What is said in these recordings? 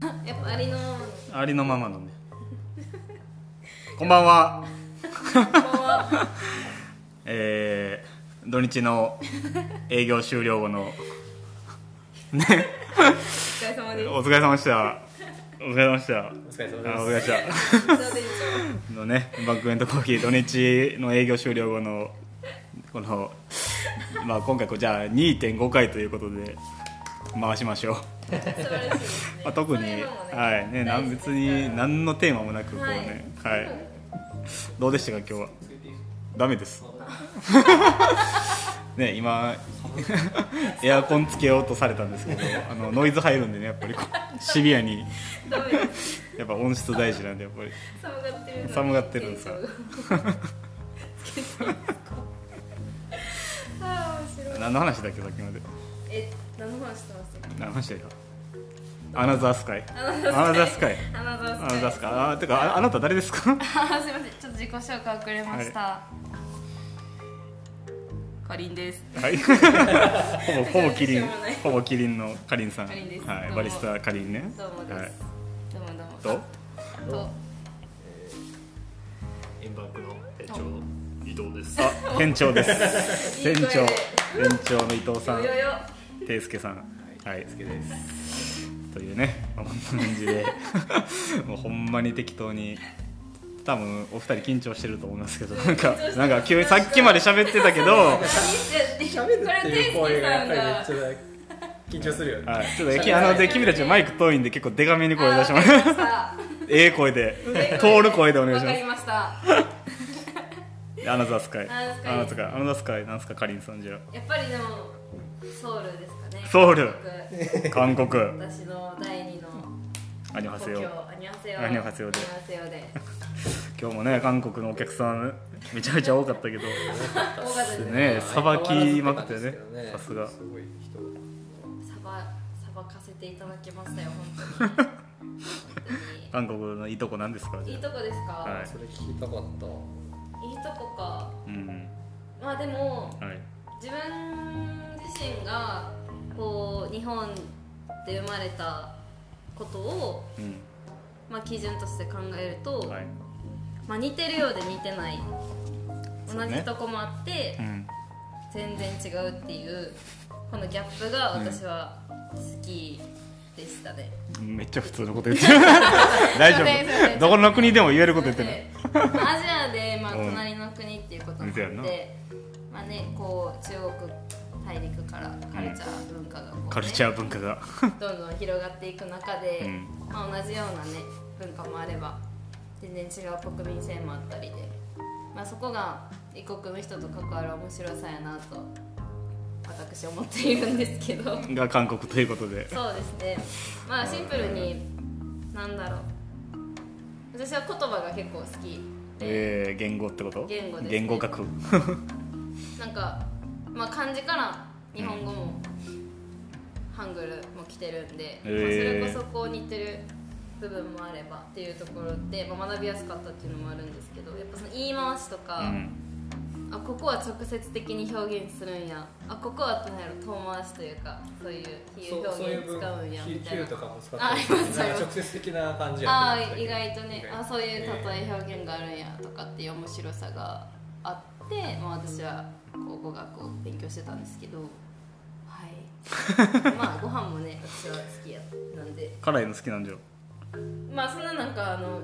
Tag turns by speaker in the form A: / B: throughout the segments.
A: やっぱありのままの
B: ありのままのねこんばんは
A: こんばんは
B: えー、土日の営業終了後の
A: お疲れ 様です
B: お疲れ様でしたお疲れ様でした
C: お疲れ様
B: あお疲れ様
C: で
B: でした
A: そうですよ
B: のねバックエンドコーヒー土日の営業終了後のこの、まあ、今回こうじゃあ2.5回ということで回しましょう、
A: 素晴らしいですね
B: まあ、特に
A: そういうのもね
B: はいねなん別に何のテーマもなくこうねはい、どうでしたか今日はダメです ね今エアコンつけようとされたんですけどあのノイズ入るんでねやっぱりこうシビアに
A: ダメです
B: やっぱ音質大事なんでやっぱり
A: 寒がってるのに
B: 寒がってるんですか
A: つけてますかあー面白い
B: 何の話だっけさっきまで
A: え何の話してます
B: 何話だよアナザースカイア
A: ア
B: ナザースカイ
A: アナザ
B: ア
A: ースカイ
B: ナザースカイあーてかああなた誰ですか
A: あーすみませんちょっと自己紹介遅れました、かりんです
B: はいほぼほぼキリ
A: し
B: ン
A: ょうもない
B: ほぼキリンのカリンさん
A: カリンです
B: は
A: どう
B: い
A: も
B: バリスタカリンね
A: どうもです、
B: はい
A: どうもどうも
B: と
A: あと
C: す。円盤区の店長伊藤です。
B: あ店長です
A: いい声
B: 店
A: で
B: 長店長の伊藤さん
A: よよよ
B: 圭介さんはい介ですというねまあこんな感 じでもうほんまに適当に多分お二人緊張してると思いますけどなんかなんか急にさっきまで喋ってたけど
A: 喋
C: 喋るっていう
A: これ
C: 声がやっぱり
A: 天使さん
C: めっち
A: が
C: ゃ緊張するよね。
B: はい、ちょっときあので君たちマイク遠いんで結構デカめに声出します
A: あわかり
B: ええ声で
A: ました
B: 通る声でお願い
A: わ
B: しま
A: かりました
B: すアナザースカイ
A: アナザースカイ
B: アナザースカイアナザースカイなんすかかりんさんじゃ
A: やっぱりでもソウルですかね
B: ソウル
A: 僕
B: あ韓国
A: 私の第二の
B: アニョハ
A: 故
B: セヨ
A: 郷アニョハセヨ
B: アニョハセヨで
A: アニョハセヨで
B: 今日もね韓国のお客さんめちゃめちゃ多かったけど
A: 大型です
B: ねさばきまくって
C: 変
B: ね
C: わらず高かったですけ
B: さ
C: ど
B: すが
C: すごい人。
A: さばさばかせていただきましたよ本当に本当
B: 韓国のいいとこなんですか
A: に
B: じ
A: いい
B: ゃ
A: とこですか、
B: あはい
C: それ聞きたかった。
A: い、いとこか
B: うん
A: まあでも
B: はい
A: 自分自身がこう日本で生まれたことを、
B: うん
A: まあ、基準として考えると、
B: はい
A: まあ、似てるようで似てない
B: そう
A: 同
B: ね
A: じとこもあって、
B: うん
A: 全然違うっていうこのギャップが私は好きでしたね、
B: めっちゃ普通のこと言って る大
A: すいませんすいませ
B: 丈
A: ん
B: 夫どこの国でも言えること言ってない
A: なのでアジアで、まあ、
B: うん
A: 隣の国っていうこともあっ
B: そうやな
A: て、まあね、こう中国大陸からカルチャー、文化がこう、ね、
B: カルチャー文化が
A: どんどん広がっていく中で、
B: うん
A: まあ、同じようなね文化もあれば全然違う国民性もあったりで、まあ、そこが異国の人と関わる面白さやなと私思っているんですけ ど
B: が韓国ということで
A: そうですねまあシンプルに何だろう私は言葉が結構好きで、
B: えー、言語ってこと
A: 言語ですね
B: 言語学
A: なんか、まあ、漢字から日本語も、ハングルも来てるんで、
B: へー
A: まあ、それこそこう似てる部分もあればっていうところで、まあ、学びやすかったっていうのもあるんですけどやっぱその言い回しと
B: う
A: か、
B: ん
A: あここは直接的に表現するんやあここはなんやろ遠回しというかそういう比喩
C: そう
A: 表現使
C: 文
A: うんやみたい
C: Q
A: な
C: とかも使っ
A: ああり
C: て
A: ますあります
C: 直接的な感じや
A: あ
C: と思っ
A: あ
C: てた
A: 意
C: けど
A: 外とね
C: 意外
A: あそういう例え表現があるんやとかっていう面白さがあって、まあ、私はこう語学を勉強してたんですけどはい まあご飯もね私は好きやなんで
B: 辛いの好きなんじゃ
A: まあそんななんかあの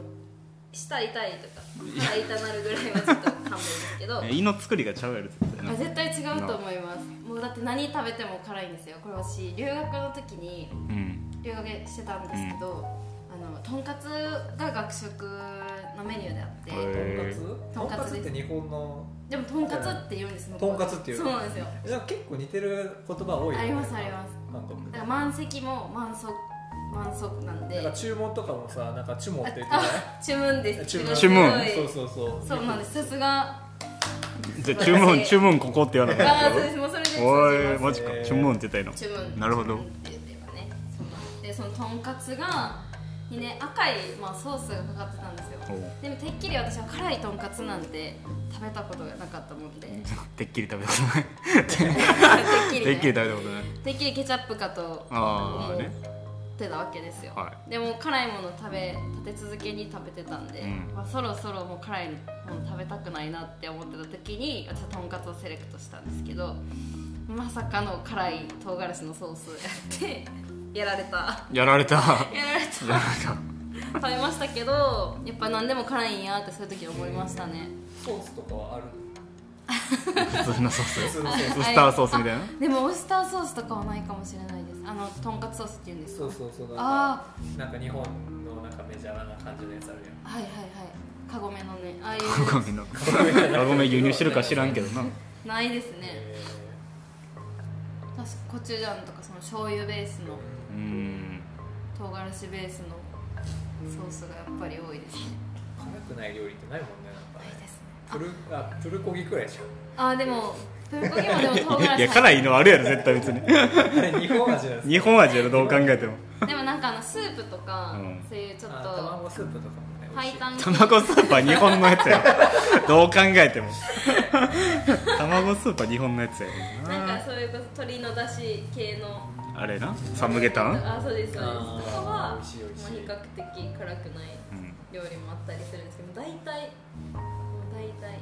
A: 舌痛いとか歯痛なるぐらいはちょっと勘弁ですけ ど
B: 胃の作りがちゃうやろ絶対な
A: あ絶対違うと思いますもうだって何食べても辛いんですよこれ私留学の時に
B: うん
A: 留学してたんですけど、あのとんかつが学食のメニューであって、
B: へえ
C: とんかつとんか
A: とんかつ
C: つ
A: で
C: っ
A: す
C: て日本の
A: でもとんかつって言うんです
C: とんかつっていう
A: そうなんですよ
C: なんか結構似てる言葉多いよね
A: ありますあります
C: 韓国
A: だから満席も満足満足なん
C: なん
A: で
C: か注文とかもさなんか注文って言ってない
A: あ 注文です
C: 注
A: すごい
C: 文
B: 注文
C: そうそうそう
A: そうなんですさすが
B: じゃあ注文注文ここって言わなか
A: あー
B: っ
A: そう
B: た
A: ですもうそれで通じ
B: おい
A: ま
B: マジか注文って言ったの
A: す注文
B: なるほど
A: 注文って言えばねそうなんですでそのとんかつがにね赤い、まあ、ソースがかかってたんですよ
B: おう
A: でもてっきり私は辛いとんかつなんて食べたことがなかったもんでてって
B: っきり食べたことない
A: きり
B: てっきり
A: ね
B: 食べたことない
A: てっきりケチャップかと
B: ああね
A: 思ってたわけですよ、
B: は
A: でも辛いもの食べ立て続けに食べてたんで、
B: うん
A: まあ、そろそろもう辛いもの食べたくないなって思ってた時に私はとんかつをセレクトしたんですけどまさかの辛い唐辛子のソースやってやられた
B: やられた
A: やられた食べましたけどやっぱ何でも辛いんやってそういう時思いましたね
C: ソースとか はある
B: 普通のソース
C: 普通のソー
B: ウスターソースみたいな
A: でもオイスターソースとかはないかもしれないですあのとんかつソースっていうんで
C: ス
A: す
C: そ
A: か
C: うそうそうなんか
A: あ
C: なんか日本のなんかメジャーな感じのやつあるやん
A: あはいはいはいカゴメのねああいう
B: ごめんな あごめん輸入してるか知らんけどな
A: ないですね
C: え
A: 確かコチュジャンとかその醤油ベースの
B: うん
A: 唐辛子ベースのソースがやっぱり多いですね
C: ー辛くない料理ってないもんねなんか
A: ない
C: ね
A: ですね
C: プルあプルコギくらいじゃん
A: ああでもプルコギもでも唐辛
B: いや
A: 子
B: いや辛
A: い
B: いのあるやろ絶対別に
C: あれ日本味なんです
B: 日本味やろどう考えても
A: でもなんかあのスープとか、
B: うん
A: そういうちょっ
C: あ
A: と
C: 卵スープとかもね美味
A: 白
C: しい
A: 湯
B: 卵スーパー日本のやつやろどう考えても卵スーパー日本のやつやろ
A: なん
B: な
A: かそういうこと鶏のだし系の
B: あれなサムゲタン、
A: あそうですそうですとかは
C: あー美味しい美味しい
A: まあ、比較的辛くない
B: うん、
A: 料理もあったりするんですけど大体大体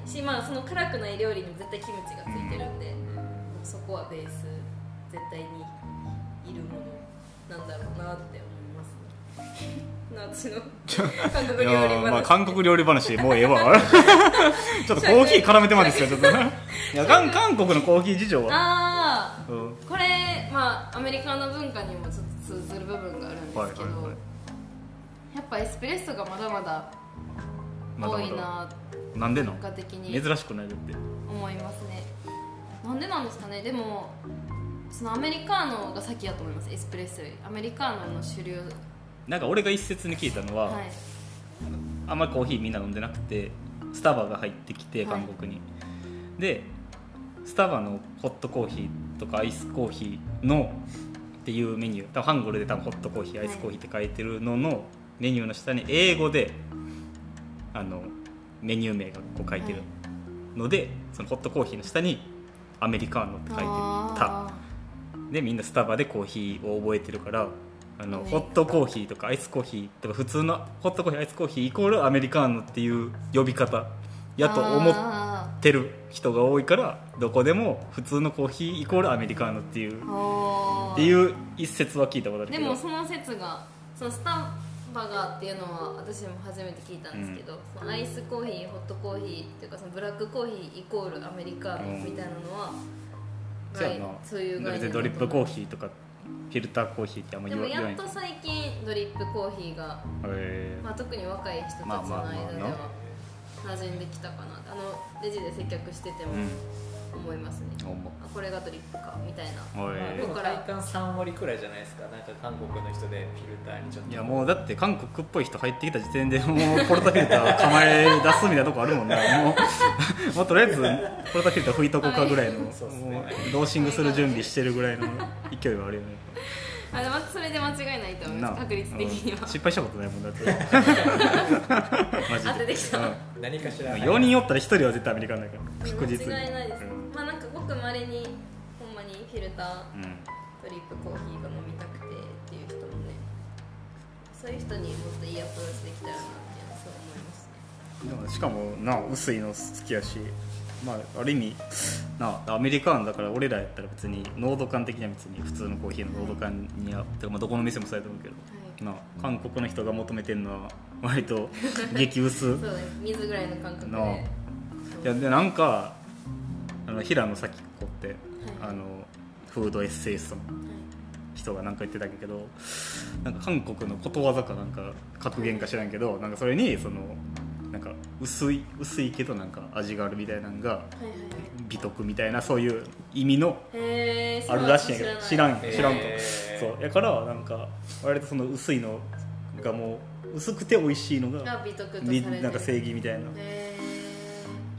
A: し、まあ、その辛くない料理に絶対キムチがついてるんで、
C: うん
A: そこはベース絶対にいるものなんだろうなって思いますね 私の韓国
B: い
A: 料理
B: や
A: 話、
B: まあ韓国料理話もうえ えわちょっとコーヒー絡めてまですよちょっといや韓韓国のコーヒー事情は、
A: ああ
B: うん、
A: これまあアメリカの文化にもちょっと通ずる部分があるんですけど、
B: はいはいはい
A: やっぱエスプレッソがまだまだ
B: まだ
A: 多
B: ま
A: い
B: だ
A: な
B: なんでな
A: 文化
B: ん
A: 的に
B: 珍しくないだって
A: 思いますねなんでなんですかねでもそのアメリカーノが先やと思いますエスプレッソよりアメリカーノの主流
B: なんか俺が一説に聞いたのは、
A: はい
B: あんまりコーヒーみんな飲んでなくてスタバが入ってきて
A: はい
B: 韓国に、でスタバのホットコーヒーとかアイスコーヒーのっていうメニュー多分ハングルで多分ホットコーヒーアイスコーヒーって書いてるののメニューの下に英語であのメニュー名がこう書いてるので、そのホットコーヒーの下にアメリカーノって書いてた
A: あ
B: でみんなスタバでコーヒーを覚えてるからあの
A: うん
B: ホットコーヒーとかアイスコーヒーとか普通のホットコーヒーアイスコーヒーイコールアメリカーノっていう呼び方
A: ー
B: やと思っ
A: あ
B: てる人が多いからどこでも普通のコーヒーイコールアメリカーノっていう
A: ーおー
B: っていう一説は聞いたことあるけ
A: で
B: ど
A: もその説がそのスタバがっていうのは私も初めて聞いたんですけど、そのアイスコーヒーホットコーヒーっていうかそのブラックコーヒーイコールアメリカーノみたいなのは、
B: そうやな
A: そういう概念
B: 別にドリップコーヒーとかフィルターコーヒーってあんま
A: で
B: 言
A: も
B: わ言わ
A: や
B: な
A: っ
B: い
A: と最近ドリップコーヒーが、
B: へ
A: まあ、特に若い人たちの
B: まあ
A: 間で
B: まあまあ
A: は馴染んできたかなあのレジで接客してて
B: え
A: も
B: うん
A: 思いますね、
B: ほんま
A: あこれがドリップかみたいな
B: はい
C: まあ、でも体感3割くらいじゃないですかなんか韓国の人でフィルターにちょっと
B: いやもうだって韓国っぽい人入ってきた時点でもうポルタフィルター構え出すみたいなとこあるもんねもう もうとりあえずポルタフィルター拭いとこうかぐらいの、
C: そうっすね
B: もうドーシングする準備してるぐらいの勢いはあるよね
A: あでもそれで間違いないと思い
B: な
A: ま
B: あ
A: す確率的に
B: うん
A: は
B: 失敗したことないもんだって マジで
A: 当ててきた
B: うん
C: 何かしら
B: 4人おったら1人は絶対アメリカンだから確実に
A: 間違いないです、
B: うん
A: まあなんかごくまれにほんまにフィルター
B: うん
A: ドリップコーヒーが飲みたくてっていう人もねそういう人にもっといいアプローチできたらなっていうのはそう思いますね
B: でもしかもな薄いの好きやしまあある意味なアメリカンだから俺らやったら別に濃度感的には別に普通のコーヒーの濃度感にはてかまあどこの店もそうやと思うけ
A: はい
B: どな韓国の人が求めてるのは割と激
A: そ
B: 薄
A: うです水ぐらいの感覚で
B: なあいやでなんかあの平野咲子って、あのフードエッセイストの人がなんか言ってたけどなんか韓国のことわざかなんか格言か知らんけどなんかそれにそのなんか薄い薄いけどなんか味があるみたいなのが
A: はいはいはい
B: 美徳みたいなそういう意味の
A: へえ
B: あるらしいんやけど知らん
C: えー
B: 知らんと、そうやからなんか割とその薄いのがもう薄くて美味しいの
A: が
B: が
A: 美徳とされ
B: み
A: てる
B: なんか正義みたいな
A: へ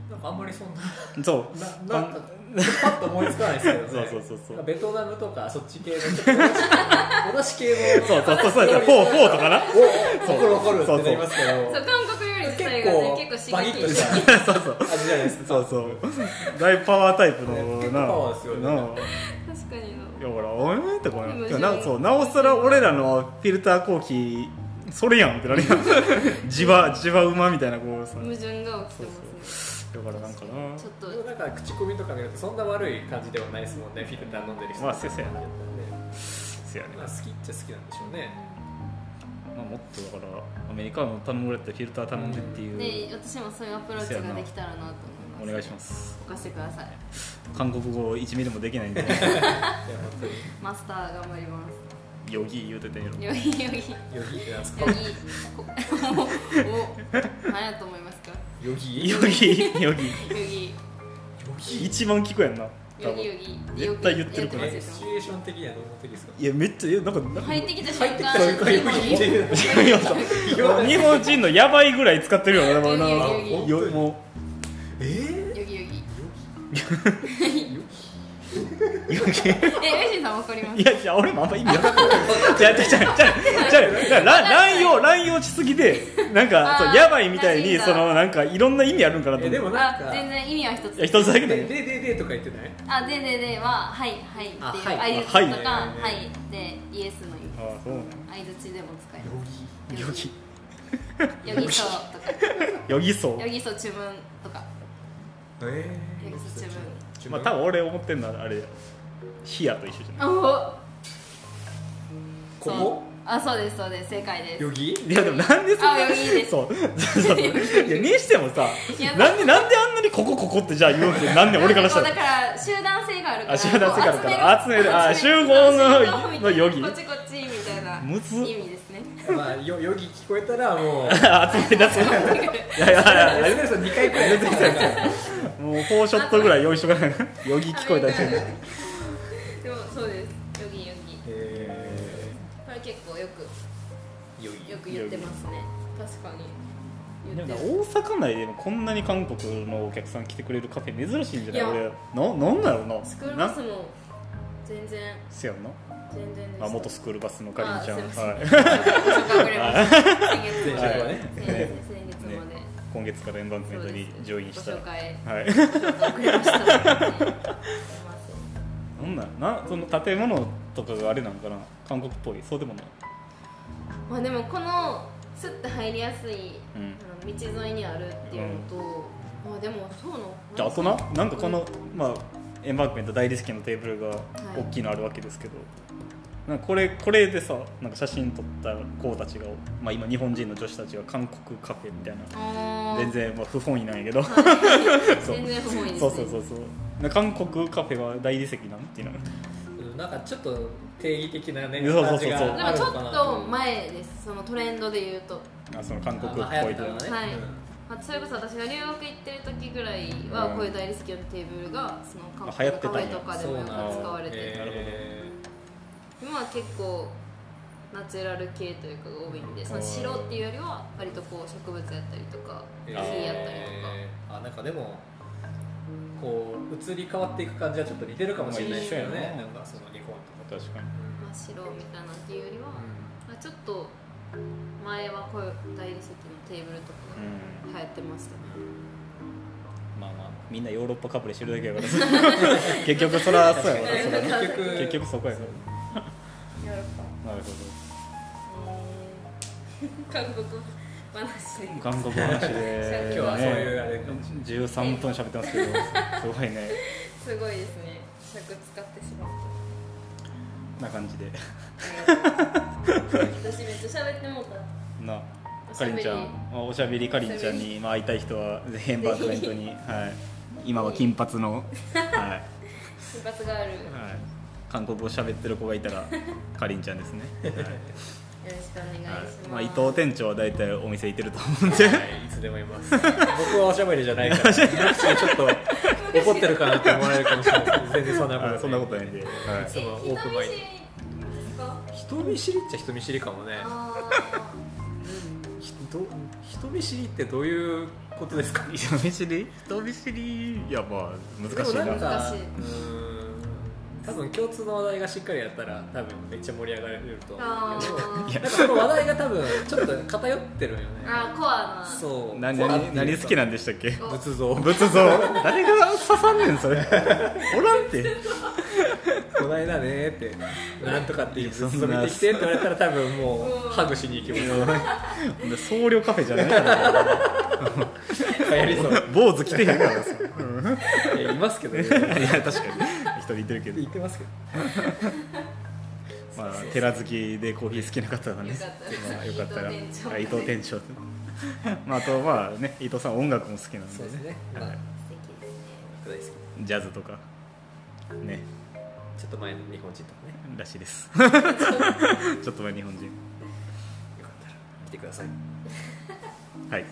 C: なんかあんまりそ んな
B: そ
C: ななんかパッと思いつかないですけど、ね、
B: そうそうそうそう
C: ベトナムとかそっち系のちょっとお出し系
B: う
C: の
B: そうそうそうそうやったフォーフォーとかな
C: おお心怒るって
B: そうそう
C: なりますけ
A: ー
C: ど
A: そう韓国料理自体がね結
C: 結構
A: 構
C: バ
A: 刺激
C: ギッとした味じゃないですか
B: そうそう大パワータイプの
C: ね結構
B: な
C: パワーですよね
B: なあ
A: 確かにの
B: いやほらおめえとってこな
A: 無
B: い
A: 事に
B: なそうなおさら俺らのフィルター後期それやんってなるやん 地場地場馬みたいなこうさ
A: 矛盾が起きてます
B: だからなんかな
A: ねちょっと
C: でもなんか口コミとか見るとそんな悪い感じではないですもんねフィルター飲んでる人
B: まあせやせやな
C: ね
B: せやね
C: まあ好きっちゃ好きなんでしょうね
B: まあ、もっとだからアメリカの頼むぐらいだったらフィルター頼んでっていう、
A: で私もそういうアプローチができたらなと思います
B: お願いします
A: お貸してください
B: 韓国語1ミリもで きないんで
C: いや本当に
A: マスター頑張ります
B: ヨギー言うてたやろ
A: よぎよぎよぎ
C: ヨギってなん ですか
A: こお何やと思いますか
C: ヨギ
B: ヨギーヨギ
A: よぎ
B: ー一番聞くやんな多
A: よ
B: 分
A: ぎよ
B: い
A: ぎ
B: 絶対言ってる
A: よ
B: く
A: ぎ
B: な
A: や
B: い
A: って
C: え
A: ます
C: シチュエーション的にはどんな時ですか
B: やめっちゃえなんかなんか
A: 入ってきた瞬間
C: 入ってきた瞬間よぎっていう
B: いやそう 日本人のやばいぐらい使ってるよな多分な
A: ヨギヨ
C: ギ
B: よも
C: えー
A: よぎよぎ
C: ヨギ
B: うヨギ
A: え、ヨシさんわかります
B: いやいや俺もあんま意味わかんないじゃあじゃあじゃあじゃあじゃあじゃあら乱用乱用しすぎでなんか
A: あー
B: そうやばいみたいに
A: 馴染んだ
B: そのなんかいろんな意味あるんかなと
C: え
B: 思
C: で
B: っ
C: もなん
A: あ
C: か、
A: 全然意味は一つ
B: いや一つだけだ
C: で
B: よ
C: でででとか言ってない
A: あ、でででは、はい、はいっていう
C: あはい
A: 相
B: あはい
A: 槌とか、
C: は
A: はいいで、イエスの意味
B: ああそうな
A: 相槌でも使え
B: の
C: ヨ
B: ヨギ
A: るよぎそうとか
B: ヨギそう
A: よぎそう自分とか
C: ギえー
A: ヨギそう自分
B: まあ多分俺思ってんのはあれヒアと一緒じゃな
A: あ、お
C: こ
A: そう
C: こ
A: あ、そうです、そうです、正解です
C: ヨギ
B: いいやでもなんでそんな
A: あヨギです
B: そうそうそういやにしてもさ
A: いや
B: なんでなんであんなにここここってじゃあ言うんってなんで俺からした
A: だ
B: ら
A: から集団性があるから
B: あ集団性があるから
A: こう
B: 集めるあ集合の
A: 集合
B: の余儀
A: こっちこっちみたいな
B: むず
A: 意味ですね
C: まあヨヨギ聞こえたらもう
B: あ集め出すいやいやいや
C: 安田さん2回くらい出てきたから
B: もうフォーショットぐらい用意しとかないヨギ聞こえたりする
A: でもそうですよぎよぎ
C: え
A: これ結構よく
C: ーヨ
A: よく言ってますね確かに
B: で
A: 言
B: も
A: っ
B: な
A: てる
B: 大阪内でもこんなに韓国のお客さん来てくれるカフェ珍しいんじゃない
A: いや
B: 俺ななんだろうな
A: スクール
B: な
A: バスも全然
B: せやんな
A: 全然です
B: あ元スクールバスのかりんちゃ
A: あす
B: ん
A: いません
B: はい
A: ご紹介遅れました先月
C: 前
A: ま
B: は
C: 職
A: で
C: はね
A: 先月先月まで
B: 今月からエンバンクメントにジョインした
A: ご紹介
B: はい
A: 遅れました
B: なんなんなその建物とかがあれなんかな韓国っぽいそうでもない
A: まあでもこのスッて入りやすい、
B: うん
A: あの道沿いにあるっていうのと、まあでもそうなの
B: じゃああとななんかこの、まあ、エンバークメント大理石のテーブル
A: い
B: が大きいのあるわけですけど、なんかこれこれでさなんか写真撮った子たちが、まあ、今日本人の女子たちが韓国カフェみたいな
A: あー
B: 全然まあ不本意なんやけどそう
A: 全然不本意です、ね、
B: そうそうそうそうな韓国カフェは大理石なんていうの
C: うんなんかちょっと定義的なね
B: そうそうそう
C: 感じが
B: そう
A: で
C: あ
A: も
C: る
A: ちょ
C: の
A: っ
C: かな
A: と前ですそのトレンドで言うと、
B: あその韓国っぽ
C: あまあ流行
B: い
C: ったのはね、
A: はい
C: うん
A: まあ、それこそ私が留学行ってる時ぐらい
B: うん
A: はこういう大理石のテーブルがその韓
B: あ流
A: 国
B: 行って
A: カ
B: たん
A: フ
B: や
A: ェとかでもよく使われてて
B: なるほど
C: え
A: 今は結構ナチュラル系というかが多いんでその白っていうよりは割とこう植物やったりとか
C: ー
A: 木
B: あ
A: やった
B: ー
A: りとか。
C: えーあなんかでもこう移り変わっていく感じはちょっと似てるかもしれないですよ
B: まあ一緒や
C: ね
B: な
C: なんかその日本とか
B: 確かに
A: 真っ白みたいなっていうよりは、まあ、ちょっと前はこういう大理石のテーブルとか
B: う
A: が
B: ん
A: 流行ってましたね、
B: まあまあみんなヨーロッパかぶれしてるだけやから 結局それはそうやわなそ
A: 確
B: ら
A: か
B: な
A: に
C: 結局
B: 結局そこやから
A: ヨーロッ
B: なるほ
A: パ、えー、 韓国話で
B: ど韓国話で
A: 今
C: 今日はそういうあれかもしれない
B: 13分喋ってますけどすごいね
A: すごいですね尺使ってしまっ
B: な感じで
A: た私めっちゃ喋ってもうた
B: な
A: おし
B: か
A: ゃべ
B: りん
A: り
B: ちゃんまあおしゃべりかりんちゃん
A: おしゃ
B: に、まあ、会いたい人はぜひエンバークメントに、はい、今は金髪 の、は
A: 金髪があるよ
B: いはい、韓国語喋ってる子がいたらかりんちゃんですね、
A: ろしくお願いし
B: はい
A: ます、
B: まあ、伊藤店長は大体お店行ってると思うんで
C: はいいつでもいます僕はおしゃべりじゃないからちょっ と怒ってるかなって思われるかもしれないですけど全然そんなこと
B: はい そんなことないんで、
C: いつもオープンマインド
A: 人見知りですか
C: 人見知りっちゃ人見知りかもね
A: あ
C: 人人見知りってどういうことですか
B: 人見知り人見知りいやまあ難しい
C: で
B: な
C: もんか
A: 難しいう
C: ーん多分共通の話題がしっかりやったら多分めっちゃ盛り上がれると思うんだけど
A: あー
B: いや
C: なんかその話題が多分ちょっと偏ってるよね
A: ーあーコアな
C: そう
B: 何
C: そう
B: 何何好き
C: な
B: なんでしたっけ
A: お
C: 仏 像
B: 仏像誰が刺さんねんそれおらんって
C: この間ね」って「なんとかって言うずっと見てきて」って言われたら多分もうハグしに行きます
B: で僧侶カフェじゃないから
C: 流行りそう
B: 坊主来てへんからさ
C: いやいますけどね
B: いや確かに一人いてるけど
C: 言、ってますけど
B: まあ、寺好きでコーヒー好きな方はね
A: よかったです
B: まあ、よかったら
A: 伊藤店長
B: あ伊藤店長まあ、あとまあね伊藤さん音楽も好きなんで,、
C: そうですねまあ
A: 素敵ですね
C: 大好き
B: ジャズとかね
C: ちょっと前の日本人とかね
B: らしいですちょっと前日本人
C: よかったら来てください
B: はい、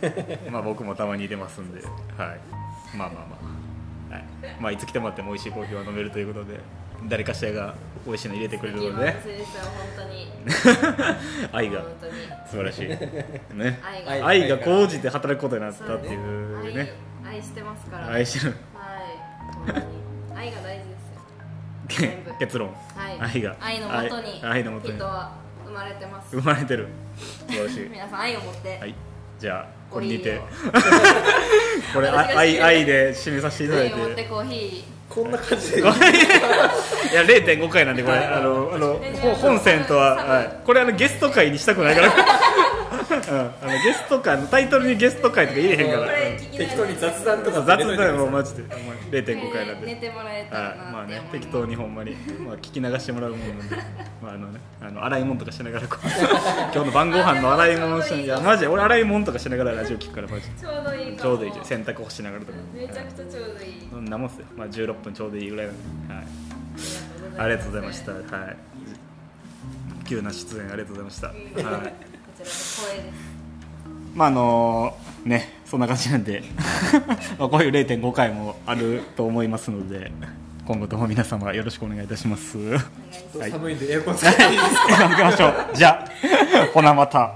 B: まあ僕もたまに出ますんで、はい、まあまあまあ、はい、まあいつ来てもらっても美味しいコーヒーは飲めるということで、誰かしらが美味しいの入れてくれるので、ね
A: 素、敵なお店ですよ本当に
B: 愛が
A: 本当に
B: 素晴らしい、ね、
A: 愛が
C: 愛
B: 愛が高じて働くことになったっていうね、
A: 愛愛してますから
B: 愛してる
A: はい本当に愛が大事ですよ全部
B: 結論、
A: はい
B: 愛が
A: 愛のもとに
B: 愛愛のもとに
A: 人は生まれてます
B: 生まれてる、素晴らしい。
A: 皆さん愛を持って
B: はい、じゃあこれに
A: コーヒ
B: て
A: ーを、
B: これあ愛愛で締めさせていただい
A: 愛を持って
B: て。
A: コーヒ
C: こんな感じ で
B: いや0.5回なんでこれあのあのほ本線とは、はい、これあのゲスト会にしたくないから、 うん、あのゲスト会のタイトルにゲスト会とか入れへんか
A: ーこ
B: ら
A: れ聞き
C: 適当に雑談と
B: う
C: か
B: ん雑
C: 入
B: だ
C: れとい
B: よ
C: て
B: もう
C: ください
B: マジでお前0.5回なんで、
A: 寝てもらえた
B: は
A: らなっ
B: い
A: て思います
B: まあね適当にほんまに、まあ、聞き流してもらうもんなんで、まああのね、あの洗い物とかしながら こう今日の晩ご飯の洗い物をしながらマジで俺洗い物とかしながらラジオ聞くからマジで
A: ちょうどいいかも
B: ちょうどいいじゃん洗濯干しながらとか、
A: めちゃくちゃちょうどいい
B: そんなもんっすよ、まあ、16分ちょうどいいぐらいなんで、はい、あ
A: あ
B: り
A: り
B: が
A: が
B: と
A: と
B: う
A: う
B: ご
A: ご
B: ざ
A: ざ
B: い
A: いま
B: まし。
A: したた
B: は
A: こ
B: い。急な出演ありがとうございました。はい。
A: ちらの光栄です
B: まああのねそんな感じなんで、 まあこういう0.5回もあると思いますので、今後とも皆様よろしくお願いいたします。行
A: お願いします
B: はい
C: 寒いんでエアコン使っていいですか
B: きましょう。じゃあ、ほなまた。